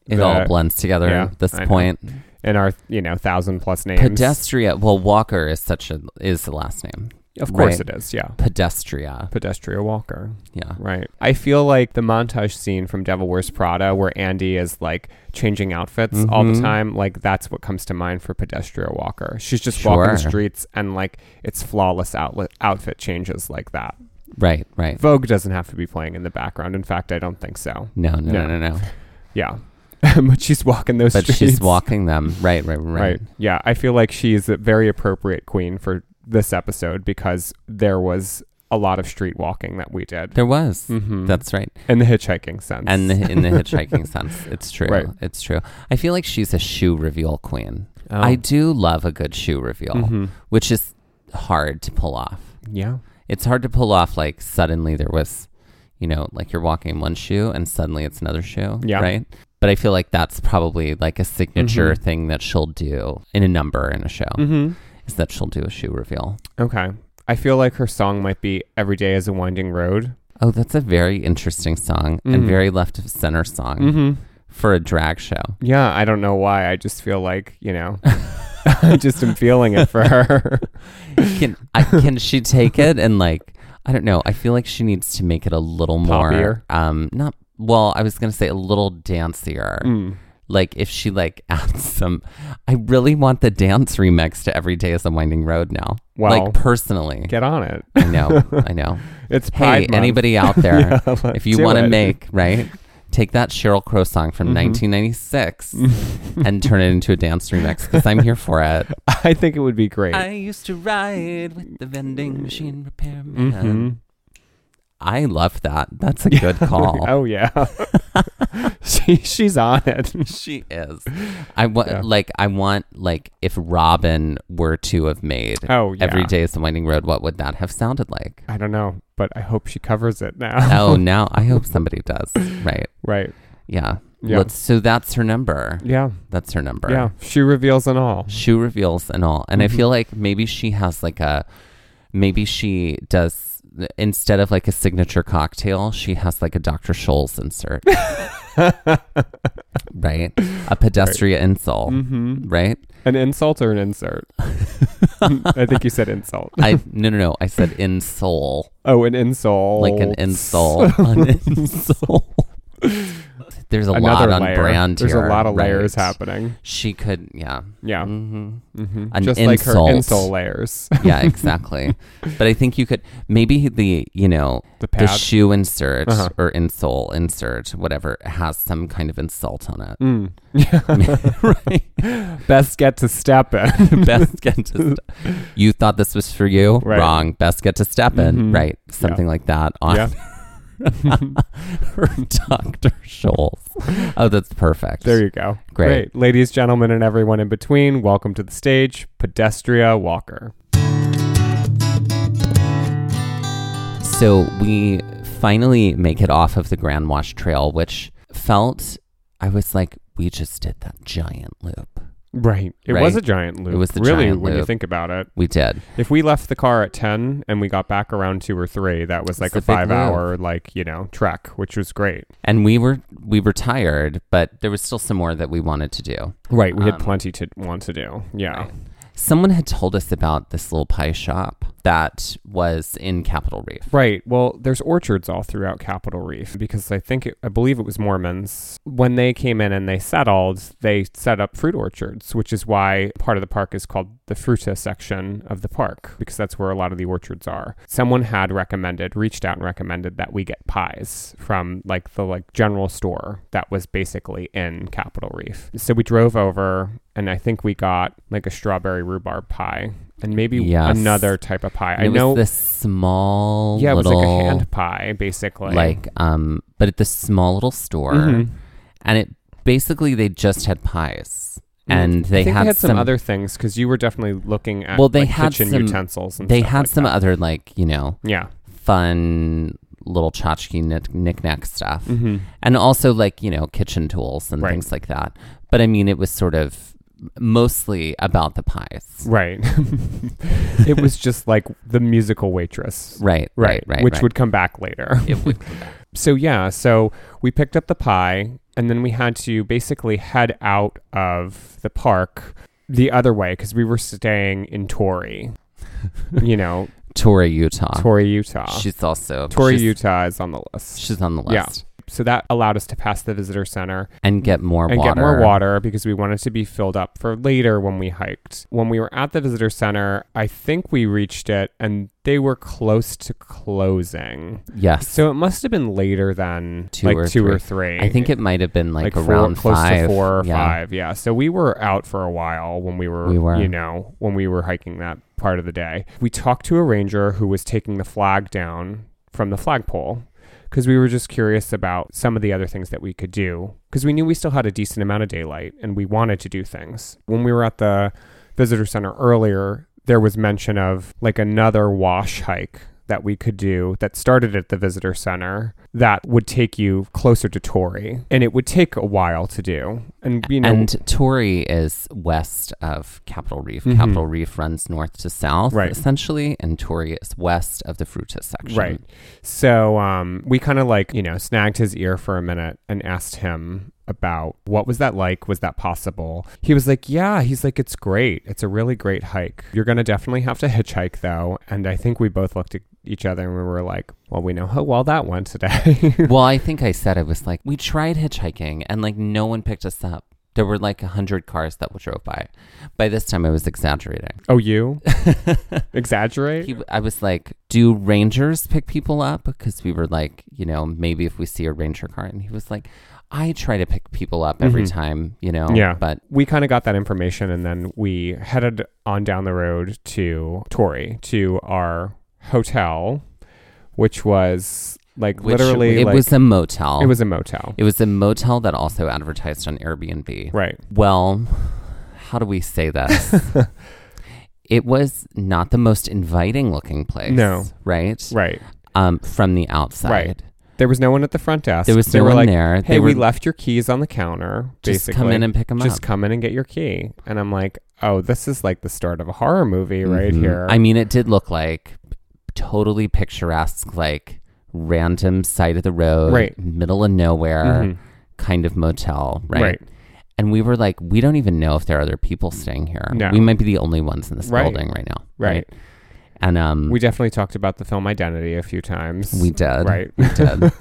S2: It
S1: The-
S2: all blends together
S1: yeah,
S2: at this
S1: I know.
S2: point.
S1: in our you know thousand plus names.
S2: Pedestria. Well, Walker is such a is the last name.
S1: of course
S2: right.
S1: it is. Yeah,
S2: Pedestria.
S1: Pedestria Walker.
S2: Yeah.
S1: Right. I feel like the montage scene from Devil Wears Prada, where Andy is like changing outfits all the
S2: Mhm.
S1: time, like that's what comes to mind for Pedestria Walker. She's just walking the
S2: Sure.
S1: streets and like it's flawless outlet outfit changes like that.
S2: Right. Right.
S1: Vogue doesn't have to be playing in the background. In fact, I don't think so.
S2: No. No. No.
S1: No.
S2: No. No.
S1: Yeah. but she's walking those
S2: But
S1: streets.
S2: she's walking them. Right. Right. Right.
S1: Right. Yeah. I feel like she's a very appropriate queen for this episode because there was a lot of street walking that we did.
S2: There was.
S1: Mhm.
S2: That's right.
S1: in the hitchhiking sense.
S2: And the, in the hitchhiking sense, it's true.
S1: Right.
S2: It's true. I feel like she's a shoe reveal queen.
S1: Oh.
S2: I do love a good shoe reveal,
S1: Mhm.
S2: which is hard to pull off.
S1: Yeah.
S2: it's hard to pull off like suddenly there was you know like you're walking in one shoe and suddenly it's another shoe
S1: Yeah.
S2: right but i feel like that's probably like a signature
S1: Mhm.
S2: thing that she'll do in a number in a show
S1: Mm-hmm.
S2: is that she'll do a shoe reveal
S1: Okay. I feel like her song might be Every Day is a Winding Road.
S2: oh that's a very interesting song and
S1: Mhm.
S2: very left of center song
S1: Mm-hmm.
S2: for a drag show
S1: Yeah, I don't know why. I just feel like, you know, I just am feeling it for her.
S2: can I, can she take it and like i don't know i feel like she needs to make it a little more um not well i was gonna say a little dancier
S1: Mm.
S2: like if she like adds some i really want the dance remix to every day is a winding road now
S1: Well,
S2: like personally
S1: Get on it.
S2: i know i know
S1: It's Pride
S2: hey
S1: Month.
S2: anybody out there
S1: Yeah, let's
S2: if you
S1: do
S2: want to
S1: it. Mm-hmm.
S2: make right take that cheryl crow song from 1996 and turn it into a dance remix because i'm here for it
S1: I think it would be great.
S2: i used to ride with the vending machine repairman
S1: hmm
S2: i love that that's a good call
S1: Oh yeah. she she's on it.
S2: she is i want
S1: Yeah.
S2: like i want like if robin were to have made
S1: Oh yeah.
S2: Every Day is the Winding Road, what would that have sounded like?
S1: I don't know, but I hope she covers it now.
S2: oh, now I hope somebody does. Right.
S1: right.
S2: Yeah.
S1: Yeah.
S2: Let's- so that's her number.
S1: Yeah.
S2: That's her number.
S1: Yeah. She reveals an all.
S2: Shoe reveals and all. And
S1: Mm-hmm.
S2: I feel like maybe she has like a, maybe she does, instead of like a signature cocktail, she has like a Dr. Scholl's insert. right. A pedestrian insole.
S1: Mm-hmm.
S2: Right.
S1: An insult or an insert? I think you said insult.
S2: I, no, no, no. I said insole.
S1: Oh, an insult.
S2: like an insole. an insole. There's a
S1: Another
S2: lot on
S1: layer.
S2: brand
S1: There's
S2: here.
S1: a lot of layers
S2: right?
S1: happening.
S2: She could, yeah.
S1: Yeah.
S2: hmm
S1: Mm-hmm.
S2: An
S1: Just
S2: insult.
S1: like her insole layers.
S2: Yeah, exactly. but I think you could, maybe the, you know,
S1: the
S2: the
S1: pad.
S2: shoe insert
S1: Uh-huh.
S2: or insole insert, whatever, has some kind of insult on it.
S1: Mm. Yeah.
S2: right.
S1: Best get to step in.
S2: Best get to, st- you thought this was for you?
S1: Right.
S2: Wrong. Best get to step in.
S1: Mhm.
S2: Right. Something like that on
S1: yeah.
S2: her Dr. Scholl's. Oh, that's perfect.
S1: There you go.
S2: Great.
S1: Ladies, gentlemen, and everyone in between, welcome to the stage, Pedestria Walker.
S2: So we finally make it off of the Grand Wash Trail, which felt, I was like, we just did that giant loop.
S1: Right. It
S2: Right.
S1: was a giant loop.
S2: was the
S1: really
S2: giant
S1: when you
S2: loop.
S1: think about it.
S2: We did.
S1: If we left the car at 10 and we got back around 2 or 3, that was like
S2: a
S1: a
S2: big loop.
S1: 5-hour like, you know, trek, which was great.
S2: And we were we were tired, but there was still some more that we wanted to do.
S1: Right, we had
S2: Um,
S1: plenty to want to do. Yeah.
S2: Someone had told us about this little pie shop that was in Capitol Reef.
S1: Right. Well, there's orchards all throughout Capitol Reef because I think it, I believe it was Mormons when they came in and they settled, they set up fruit orchards, which is why part of the park is called the Fruta section of the park because that's where a lot of the orchards are. Someone had recommended, reached out and recommended that we get pies from like the like general store that was basically in Capitol Reef. So we drove over and I think we got like a strawberry rhubarb pie and maybe
S2: Yes.
S1: another type of pie.
S2: And
S1: I
S2: it was
S1: know
S2: this small
S1: yeah, it was
S2: little
S1: like a eh? hand pie, basically.
S2: like um but at this small little store
S1: Mhm.
S2: and it basically they just had pies
S1: Mm.
S2: and they
S1: I think
S2: had,
S1: they had some, other things because you were definitely looking at
S2: Well, they
S1: like,
S2: had
S1: kitchen
S2: some-
S1: utensils and
S2: they
S1: stuff
S2: had
S1: like
S2: some
S1: that.
S2: other like you know
S1: yeah
S2: fun little tchotchke knick- knickknack stuff
S1: hmm
S2: and also like you know kitchen tools and
S1: Right.
S2: things like that but i mean it was sort of mostly about the pies
S1: right. it was just like the musical waitress,
S2: right right right, right
S1: which would come back later.
S2: it would
S1: so yeah, so we picked up the pie and then we had to basically head out of the park the other way because we were staying in Torrey, you know,
S2: tori utah
S1: Torrey, Utah.
S2: she's also
S1: Torrey,
S2: she's,
S1: Utah is on the list.
S2: she's on the list
S1: Yeah. So that allowed us to pass the visitor center
S2: and get more
S1: and
S2: water
S1: get more water because we wanted to be filled up for later when we hiked. When we were at the visitor center, I think we reached it and they were close to closing.
S2: yes
S1: So it must have been later than
S2: Two
S1: like
S2: or
S1: two
S2: three.
S1: or three.
S2: I think it might have been like,
S1: four-
S2: around
S1: close
S2: five,
S1: to four or
S2: yeah.
S1: five. Yeah. So we were out for a while when we were,
S2: We were.
S1: you know, when we were hiking that part of the day. We talked to a ranger who was taking the flag down from the flagpole because we were just curious about some of the other things that we could do because we knew we still had a decent amount of daylight and we wanted to do things. When we were at the visitor center earlier, there was mention of like another wash hike that we could do that started at the visitor center that would take you closer to Torrey and it would take a while to do. And you know,
S2: and Torrey is west of Capitol Reef.
S1: Mhm.
S2: Capitol Reef runs north to south,
S1: Right.
S2: essentially, and Torrey is west of the Fruta section.
S1: Right. So um, we kind of like, you know, snagged his ear for a minute and asked him about what was that like? Was that possible? He was like, yeah. He's like, it's great. It's a really great hike. You're going to definitely have to hitchhike though. And I think we both looked at each other and we were like, well, we know how well that went today.
S2: Well, I think I said it was like we tried hitchhiking and like no one picked us up. There were like a hundred cars that drove by. By this time, I was exaggerating.
S1: oh, you exaggerate?
S2: He, I was like, "Do rangers pick people up?" Because we were like, you know, maybe if we see a ranger car, and he was like, "I try to pick people up every
S1: Mhm.
S2: time, you know."
S1: Yeah.
S2: but
S1: we kind of got that information and then we headed on down the road to Torrey to our hotel, which was like
S2: which-
S1: literally
S2: it
S1: like,
S2: was a motel.
S1: it was a motel.
S2: It was a motel that also advertised on Airbnb.
S1: right.
S2: Well, how do we say this? it was not the most inviting looking place.
S1: No.
S2: Right?
S1: Right.
S2: Um, from the outside.
S1: Right. There was no one at the front desk.
S2: There was
S1: they
S2: no
S1: were
S2: one
S1: like,
S2: there.
S1: Hey,
S2: They
S1: we
S2: were-
S1: left your keys on the counter.
S2: Just
S1: basically.
S2: come in and pick them
S1: just
S2: up.
S1: come in and get your key. And I'm like, oh, this is like the start of a horror movie right
S2: Mhm.
S1: here.
S2: I mean, it did look like totally picturesque, like random side of the road,
S1: Right.
S2: middle of nowhere
S1: Mhm.
S2: kind of motel, right?
S1: Right.
S2: And we were like, we don't even know if there are other people staying here.
S1: No.
S2: We might be the only ones in this
S1: Right.
S2: building right now.
S1: Right.
S2: And um,
S1: We definitely talked about the film Identity a few times.
S2: We did.
S1: Right.
S2: We did.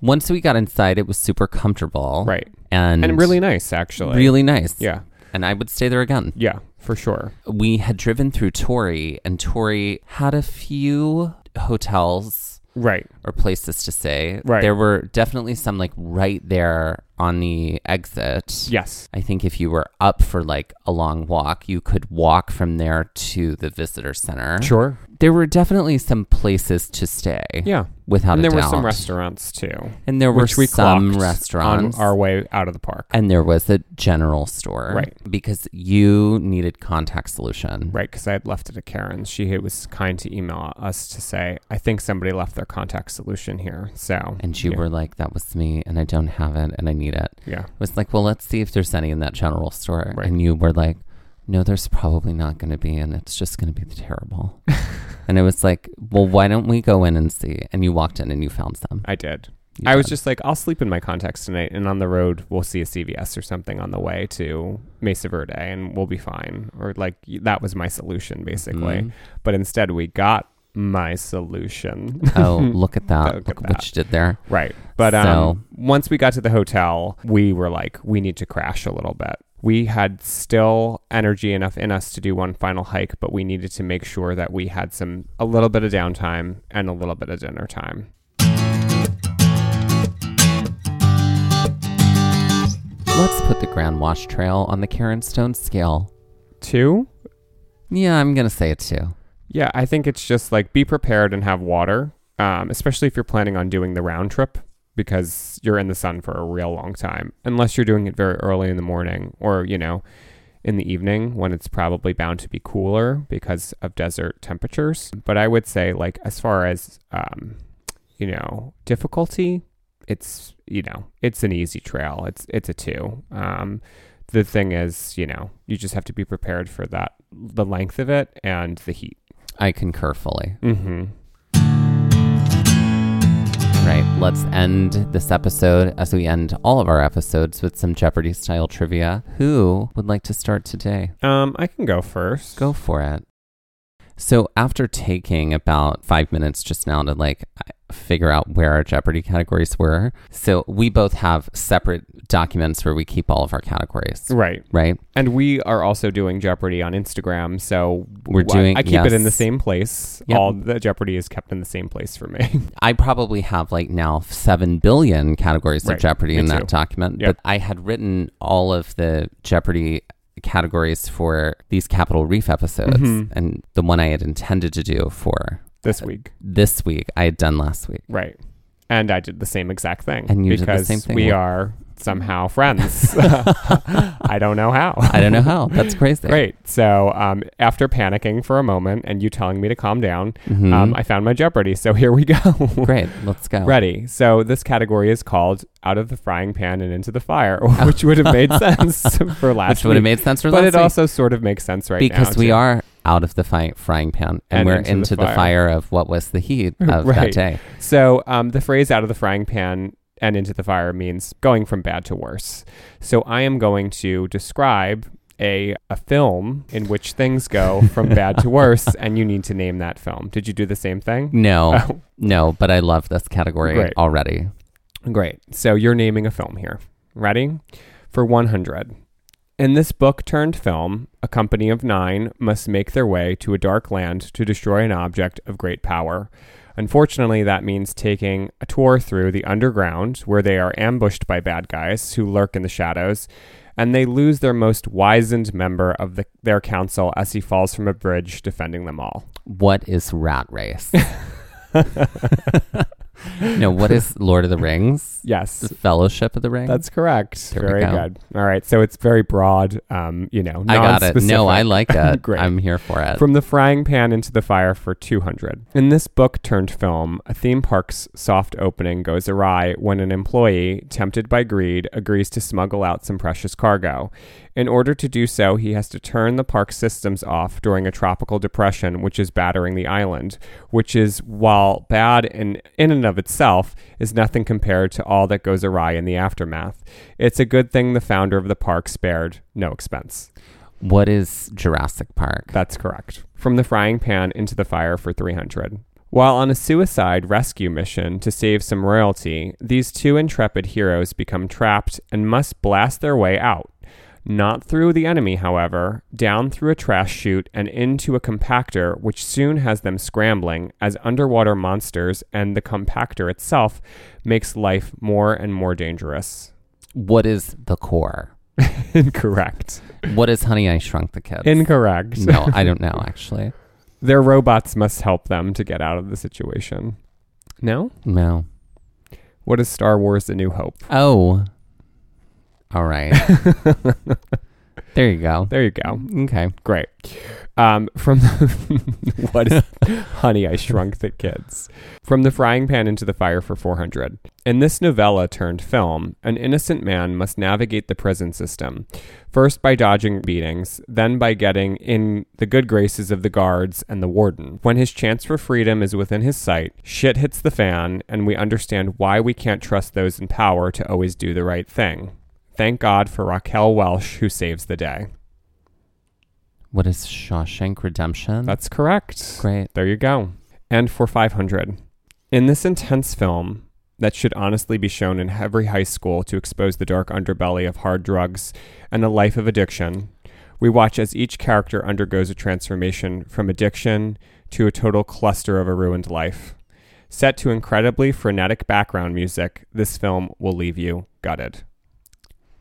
S2: Once we got inside, it was super comfortable.
S1: Right.
S2: And,
S1: And really nice, actually.
S2: really nice.
S1: Yeah.
S2: And I would stay there again.
S1: Yeah, for sure.
S2: We had driven through Torrey, and Torrey had a few hotels
S1: Right.
S2: or places to stay.
S1: Right.
S2: There were definitely some like right there on the exit.
S1: Yes.
S2: I think if you were up for like a long walk, you could walk from there to the visitor center.
S1: Sure.
S2: There were definitely some places to stay.
S1: Yeah.
S2: Without
S1: and
S2: a
S1: there were
S2: doubt.
S1: some restaurants too.
S2: And there
S1: which
S2: were
S1: we
S2: some
S1: clocked
S2: restaurants.
S1: on our way out of the park.
S2: and there was a general store.
S1: Right.
S2: Because you needed contact solution.
S1: Right, because I had left it at Karen's. She was kind to email us to say, I think somebody left their contact solution here. So,
S2: And you
S1: yeah,
S2: were like, that was me and I don't have it and I need it.
S1: yeah,
S2: I was like, well, let's see if there's any in that general store.
S1: Right.
S2: And you were like, no, there's probably not going to be. And it's just going to be terrible. and I was like, well, why don't we go in and see? And you walked in and you found some.
S1: I did.
S2: You
S1: I was
S2: did.
S1: just like, I'll sleep in my contacts tonight, and on the road we'll see a CVS or something on the way to Mesa Verde, and we'll be fine. Or like y- that was my solution basically.
S2: Mhm.
S1: But instead, we got my solution.
S2: oh, look at that.
S1: Look
S2: Look,
S1: at
S2: at what
S1: that.
S2: you did there.
S1: right. But um,
S2: So-
S1: once we got to the hotel, we were like, we need to crash a little bit. We had still energy enough in us to do one final hike, but we needed to make sure that we had some a little bit of downtime and a little bit of dinner time.
S2: Let's put the Grand Wash Trail on the Karen Stone scale.
S1: Two.
S2: Yeah, I'm going to say it too.
S1: Yeah, I think it's just like be prepared and have water, um, especially if you're planning on doing the round trip because you're in the sun for a real long time, unless you're doing it very early in the morning or, you know, in the evening when it's probably bound to be cooler because of desert temperatures. But I would say, like, as far as, um, you know, difficulty, it's, you know, it's an easy trail. It's, it's a two. Um, the thing is, you know, you just have to be prepared for that, the length of it and the heat.
S2: I concur fully.
S1: Mm-hmm.
S2: Right. Let's end this episode as we end all of our episodes with some Jeopardy style trivia. Who would like to start today?
S1: Um, I can go first.
S2: Go for it. So, after taking about five minutes just now to like figure out where our Jeopardy categories were, so we both have separate documents where we keep all of our categories,
S1: Right,
S2: right?
S1: and we are also doing Jeopardy on Instagram, so
S2: We're
S1: wh-
S2: doing-
S1: I keep it in the
S2: yes.
S1: same place.
S2: Yep.
S1: All the Jeopardy is kept in the same place for me.
S2: I probably have like now 7 billion categories
S1: Right.
S2: of Jeopardy
S1: Me
S2: in that
S1: too.
S2: document,
S1: Yep.
S2: but I had written all of the Jeopardy categories for these Capitol Reef episodes
S1: Mhm.
S2: and the one I had intended to do for
S1: this week,
S2: this week I had done last week.
S1: right? And I did the same exact thing
S2: And you did the
S1: because
S2: same thing.
S1: we are somehow friends. I don't know how.
S2: I don't know how. That's crazy.
S1: Great. So um, after panicking for a moment and you telling me to calm down,
S2: Mhm.
S1: um, I found my Jeopardy. So here we go.
S2: Great. Let's go.
S1: Ready. So this category is called "Out of the Frying Pan and Into the Fire," which would have made sense for last
S2: Which would
S1: week.
S2: have made sense for
S1: but
S2: last
S1: it
S2: week.
S1: also sort of makes sense right now
S2: because we
S1: too.
S2: are out of the fi- frying pan and,
S1: And
S2: we're
S1: into
S2: into,
S1: the
S2: the,
S1: fire.
S2: fire. of what was the heat of
S1: Right.
S2: that day.
S1: So um, the phrase "out of the frying pan and into the fire" means going from bad to worse. So I am going to describe a a film in which things go from bad to worse, and you need to name that film. Did you do the same thing?
S2: No,
S1: Oh,
S2: no, but I love this category
S1: Great.
S2: already.
S1: Great. So you're naming a film here. Ready? For 100. In this book turned film, a company of nine must make their way to a dark land to destroy an object of great power. Unfortunately, that means taking a tour through the underground where they are ambushed by bad guys who lurk in the shadows, and they lose their most wizened member of the, their council as he falls from a bridge defending them all.
S2: What is Rat Race? no, what is Lord of the Rings?
S1: Yes.
S2: The Fellowship of the Ring?
S1: That's correct.
S2: There we
S1: very
S2: go.
S1: good. All right. So it's very broad. Um, you know,
S2: I got it. No, I
S1: non-specific.
S2: like it.
S1: Great.
S2: I'm here for it.
S1: From the frying pan into the fire for 200. In this book turned film, a theme park's soft opening goes awry when an employee, tempted by greed, agrees to smuggle out some precious cargo. In order to do so, he has to turn the park systems off during a tropical depression which is battering the island, which is, while bad in, in and of itself, is nothing compared to all that goes awry in the aftermath. It's a good thing the founder of the park spared no expense.
S2: what is Jurassic Park?
S1: That's correct. From the frying pan into the fire for 300. While on a suicide rescue mission to save some royalty, these two intrepid heroes become trapped and must blast their way out. Not through the enemy, however, down through a trash chute and into a compactor, which soon has them scrambling as underwater monsters, and the compactor itself makes life more and more dangerous.
S2: What is the core?
S1: Incorrect.
S2: What is Honey I Shrunk the Kids?
S1: Incorrect.
S2: no, I don't know actually.
S1: Their robots must help them to get out of the situation. No?
S2: No.
S1: What is Star Wars A New Hope?
S2: Oh. All right. there you go.
S1: There you go.
S2: Okay.
S1: Great. Um, from the, what is honey? I shrunk the kids from the frying pan into the fire for 400. In this novella turned film, an innocent man must navigate the prison system first by dodging beatings, then by getting in the good graces of the guards and the warden. When his chance for freedom is within his sight, shit hits the fan, and we understand why we can't trust those in power to always do the right thing. Thank God for Raquel Welsh, who saves the day.
S2: What is Shawshank Redemption?
S1: That's correct.
S2: great.
S1: There you go. And for 500. In this intense film, that should honestly be shown in every high school to expose the dark underbelly of hard drugs and the life of addiction, we watch as each character undergoes a transformation from addiction to a total cluster of a ruined life. Set to incredibly frenetic background music, this film will leave you gutted.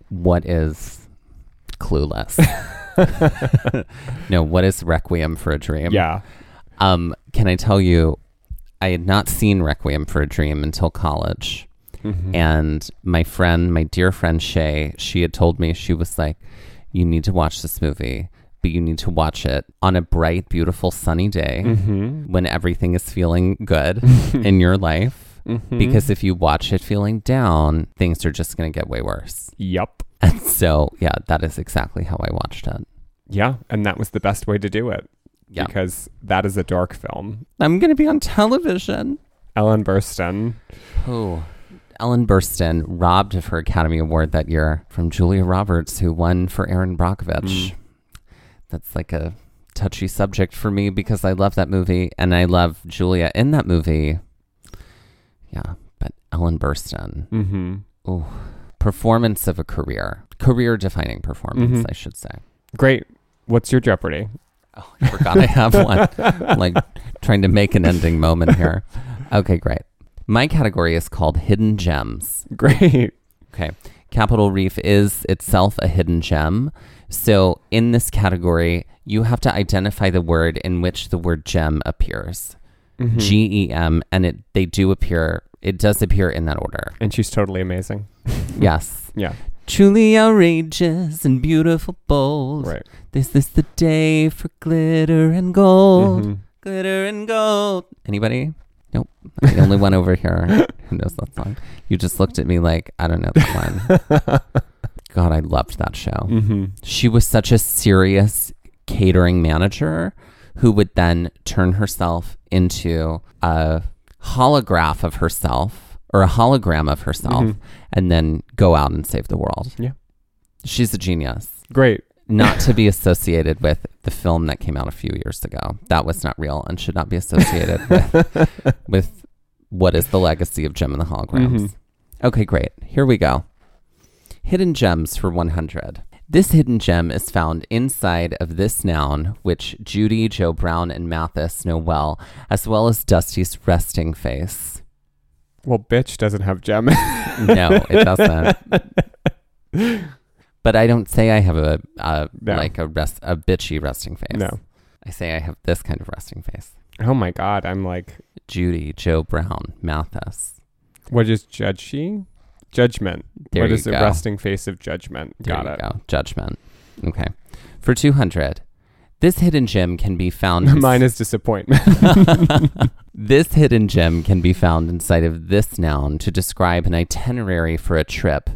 S2: What is Clueless? no, what is Requiem for a Dream?
S1: Yeah.
S2: Um, can I tell you, I had not seen Requiem for a Dream until college.
S1: Mm-hmm.
S2: And my friend, my dear friend Shay, she had told me, she was like, You need to watch this movie, but you need to watch it on a bright, beautiful, sunny day
S1: Mm-hmm.
S2: when everything is feeling good in your life.
S1: Mm-hmm.
S2: Because if you watch it feeling down, things are just going to get way worse.
S1: Yup.
S2: And so, yeah, that is exactly how I watched it.
S1: Yeah. And that was the best way to do it.
S2: Yeah.
S1: Because that is a dark film.
S2: I'm going to be on television.
S1: Ellen Burstyn.
S2: Oh, Ellen Burstyn robbed of her Academy Award that year from Julia Roberts, who won for Aaron Brockovich. That's like a touchy subject for me because I love that movie and I love Julia in that movie. Yeah, but Ellen Burstyn,
S1: Mm-hmm.
S2: performance of a career, career defining performance, I should say.
S1: Great. What's your Jeopardy?
S2: Oh, I forgot I have one. like trying to make an ending moment here. Okay, great. My category is called Hidden Gems.
S1: Great.
S2: Okay. Capitol Reef is itself a hidden gem. So, in this category, you have to identify the word in which the word gem appears.
S1: Hmm.
S2: G E M and it they do appear. It does appear in that order.
S1: And she's totally amazing.
S2: Yes.
S1: Yeah.
S2: Truly outrageous and beautiful bold.
S1: Right.
S2: This is the day for glitter and gold.
S1: Mhm.
S2: Glitter and gold. Anybody? Nope. I'm the only one over here who knows that song. You just looked at me like, I don't know that one. God, I loved that show.
S1: Mhm.
S2: She was such a serious catering manager who would then turn herself into a holograph of herself or a hologram of herself
S1: Mm-hmm.
S2: and then go out and save the world.
S1: Yeah.
S2: She's a genius
S1: Great.
S2: not to be associated with the film that came out a few years ago. That was not real and should not be associated with with what is the legacy of Gem and the Holograms. Okay, great. Here we go. Hidden gems for 100. This hidden gem is found inside of this noun, which Judy, Joe Brown, and Mathis know well, as well as Dusty's resting face.
S1: Well, bitch doesn't have gem.
S2: No, it doesn't. But I don't say I have a, a
S1: No.
S2: like a rest a bitchy resting face.
S1: no.
S2: I say I have this kind of resting face.
S1: Oh my God. I'm like,
S2: Judy, Joe Brown, Mathis.
S1: what is judge she? Judgment.
S2: There
S1: what
S2: you
S1: is the
S2: go.
S1: resting face of judgment?
S2: There
S1: Got
S2: you
S1: it.
S2: go. Judgment. Okay. For 200, this hidden gem can be found. in-
S1: Mine is disappointment.
S2: This hidden gem can be found inside of this noun to describe an itinerary for a trip,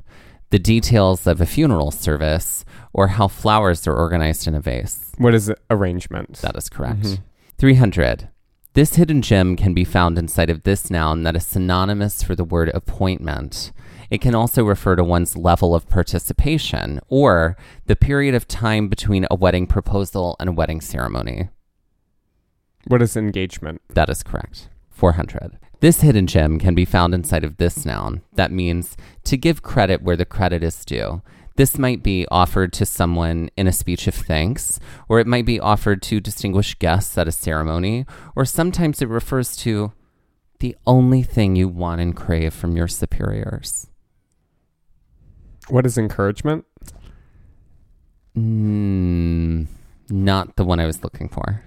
S2: the details of a funeral service, or how flowers are organized in a vase.
S1: what is arrangement?
S2: That is correct. 300. This hidden gem can be found inside of this noun that is synonymous for the word appointment. It can also refer to one's level of participation or the period of time between a wedding proposal and a wedding ceremony.
S1: What is engagement?
S2: That is correct. 400. This hidden gem can be found inside of this noun. That means to give credit where the credit is due. This might be offered to someone in a speech of thanks, or it might be offered to distinguished guests at a ceremony, or sometimes it refers to the only thing you want and crave from your superiors.
S1: What is encouragement?
S2: Mm, not the one I was looking for.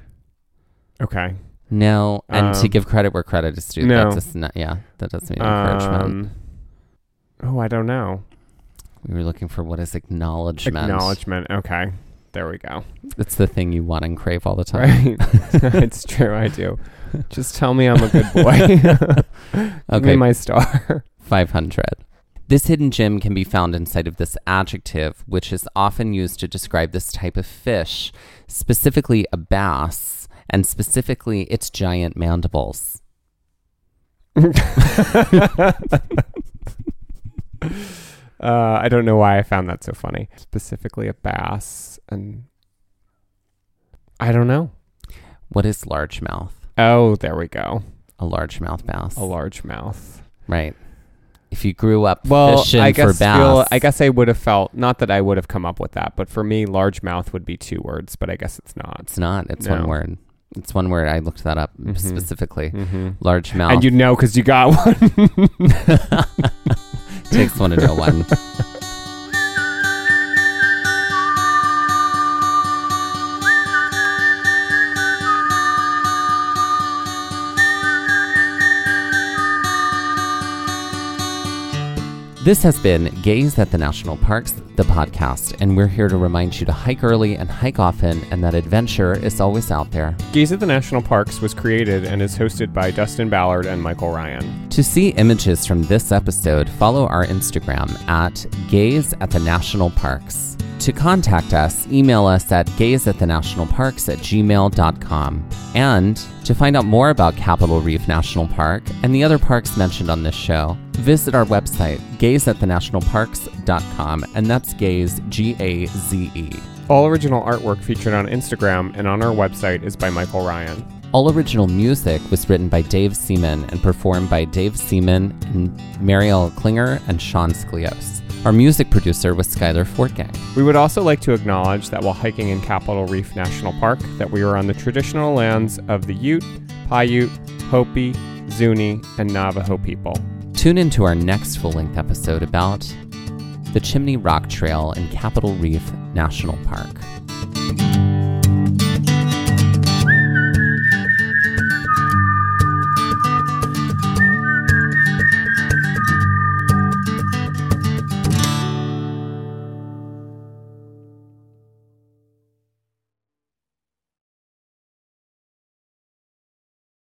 S1: Okay.
S2: No, and to
S1: Um,
S2: give credit where credit is due.
S1: no.
S2: That's just not, yeah, that doesn't mean encouragement.
S1: Um, oh, I don't know.
S2: We were looking for what is acknowledgement.
S1: Acknowledgement. Okay. There we go.
S2: It's the thing you want and crave all the time.
S1: Right. it's true. I do. Just tell me I'm a good boy. Give me
S2: Okay,
S1: my star.
S2: 500. This hidden gem can be found inside of this adjective, which is often used to describe this type of fish, specifically a bass, and specifically its giant mandibles.
S1: Uh, I don't know why I found that so funny. Specifically, a bass, and I don't know.
S2: What is largemouth?
S1: Oh, there we go.
S2: A largemouth bass.
S1: A largemouth.
S2: right. If you grew up
S1: Well,
S2: fishing
S1: I guess
S2: for bass,
S1: feel- I guess I would have felt not that I would have come up with that, but for me, largemouth would be two words. But I guess it's not.
S2: it's not. It's
S1: No.
S2: one word. It's one word. I looked that up
S1: Mhm.
S2: specifically.
S1: Mm-hmm.
S2: Largemouth.
S1: And you know because you got one.
S2: takes one to know one. This has been Gaze at the National Parks, the podcast, and we're here to remind you to hike early and hike often, and that adventure is always out there.
S1: Gaze at the National Parks was created and is hosted by Dustin Ballard and Michael Ryan.
S2: To see images from this episode, follow our Instagram at Gaze at the National Parks. To contact us, email us at gazeatthenationalparks at gmail.com. And to find out more about Capitol Reef National Park and the other parks mentioned on this show, visit our website, gazeatthenationalparks.com, and that's gaze, G A Z E.
S1: All original artwork featured on Instagram and on our website is by Michael Ryan.
S2: All original music was written by Dave Seaman and performed by Dave Seaman and Marielle Klinger and Sean Sklios. Our music producer was Skylar Fortgang.
S1: We would also like to acknowledge that while hiking in Capitol Reef National Park, that we are on the traditional lands of the Ute, Paiute, Hopi, Zuni, and Navajo people.
S2: Tune in to our next full-length episode about the Chimney Rock Trail in Capitol Reef National Park.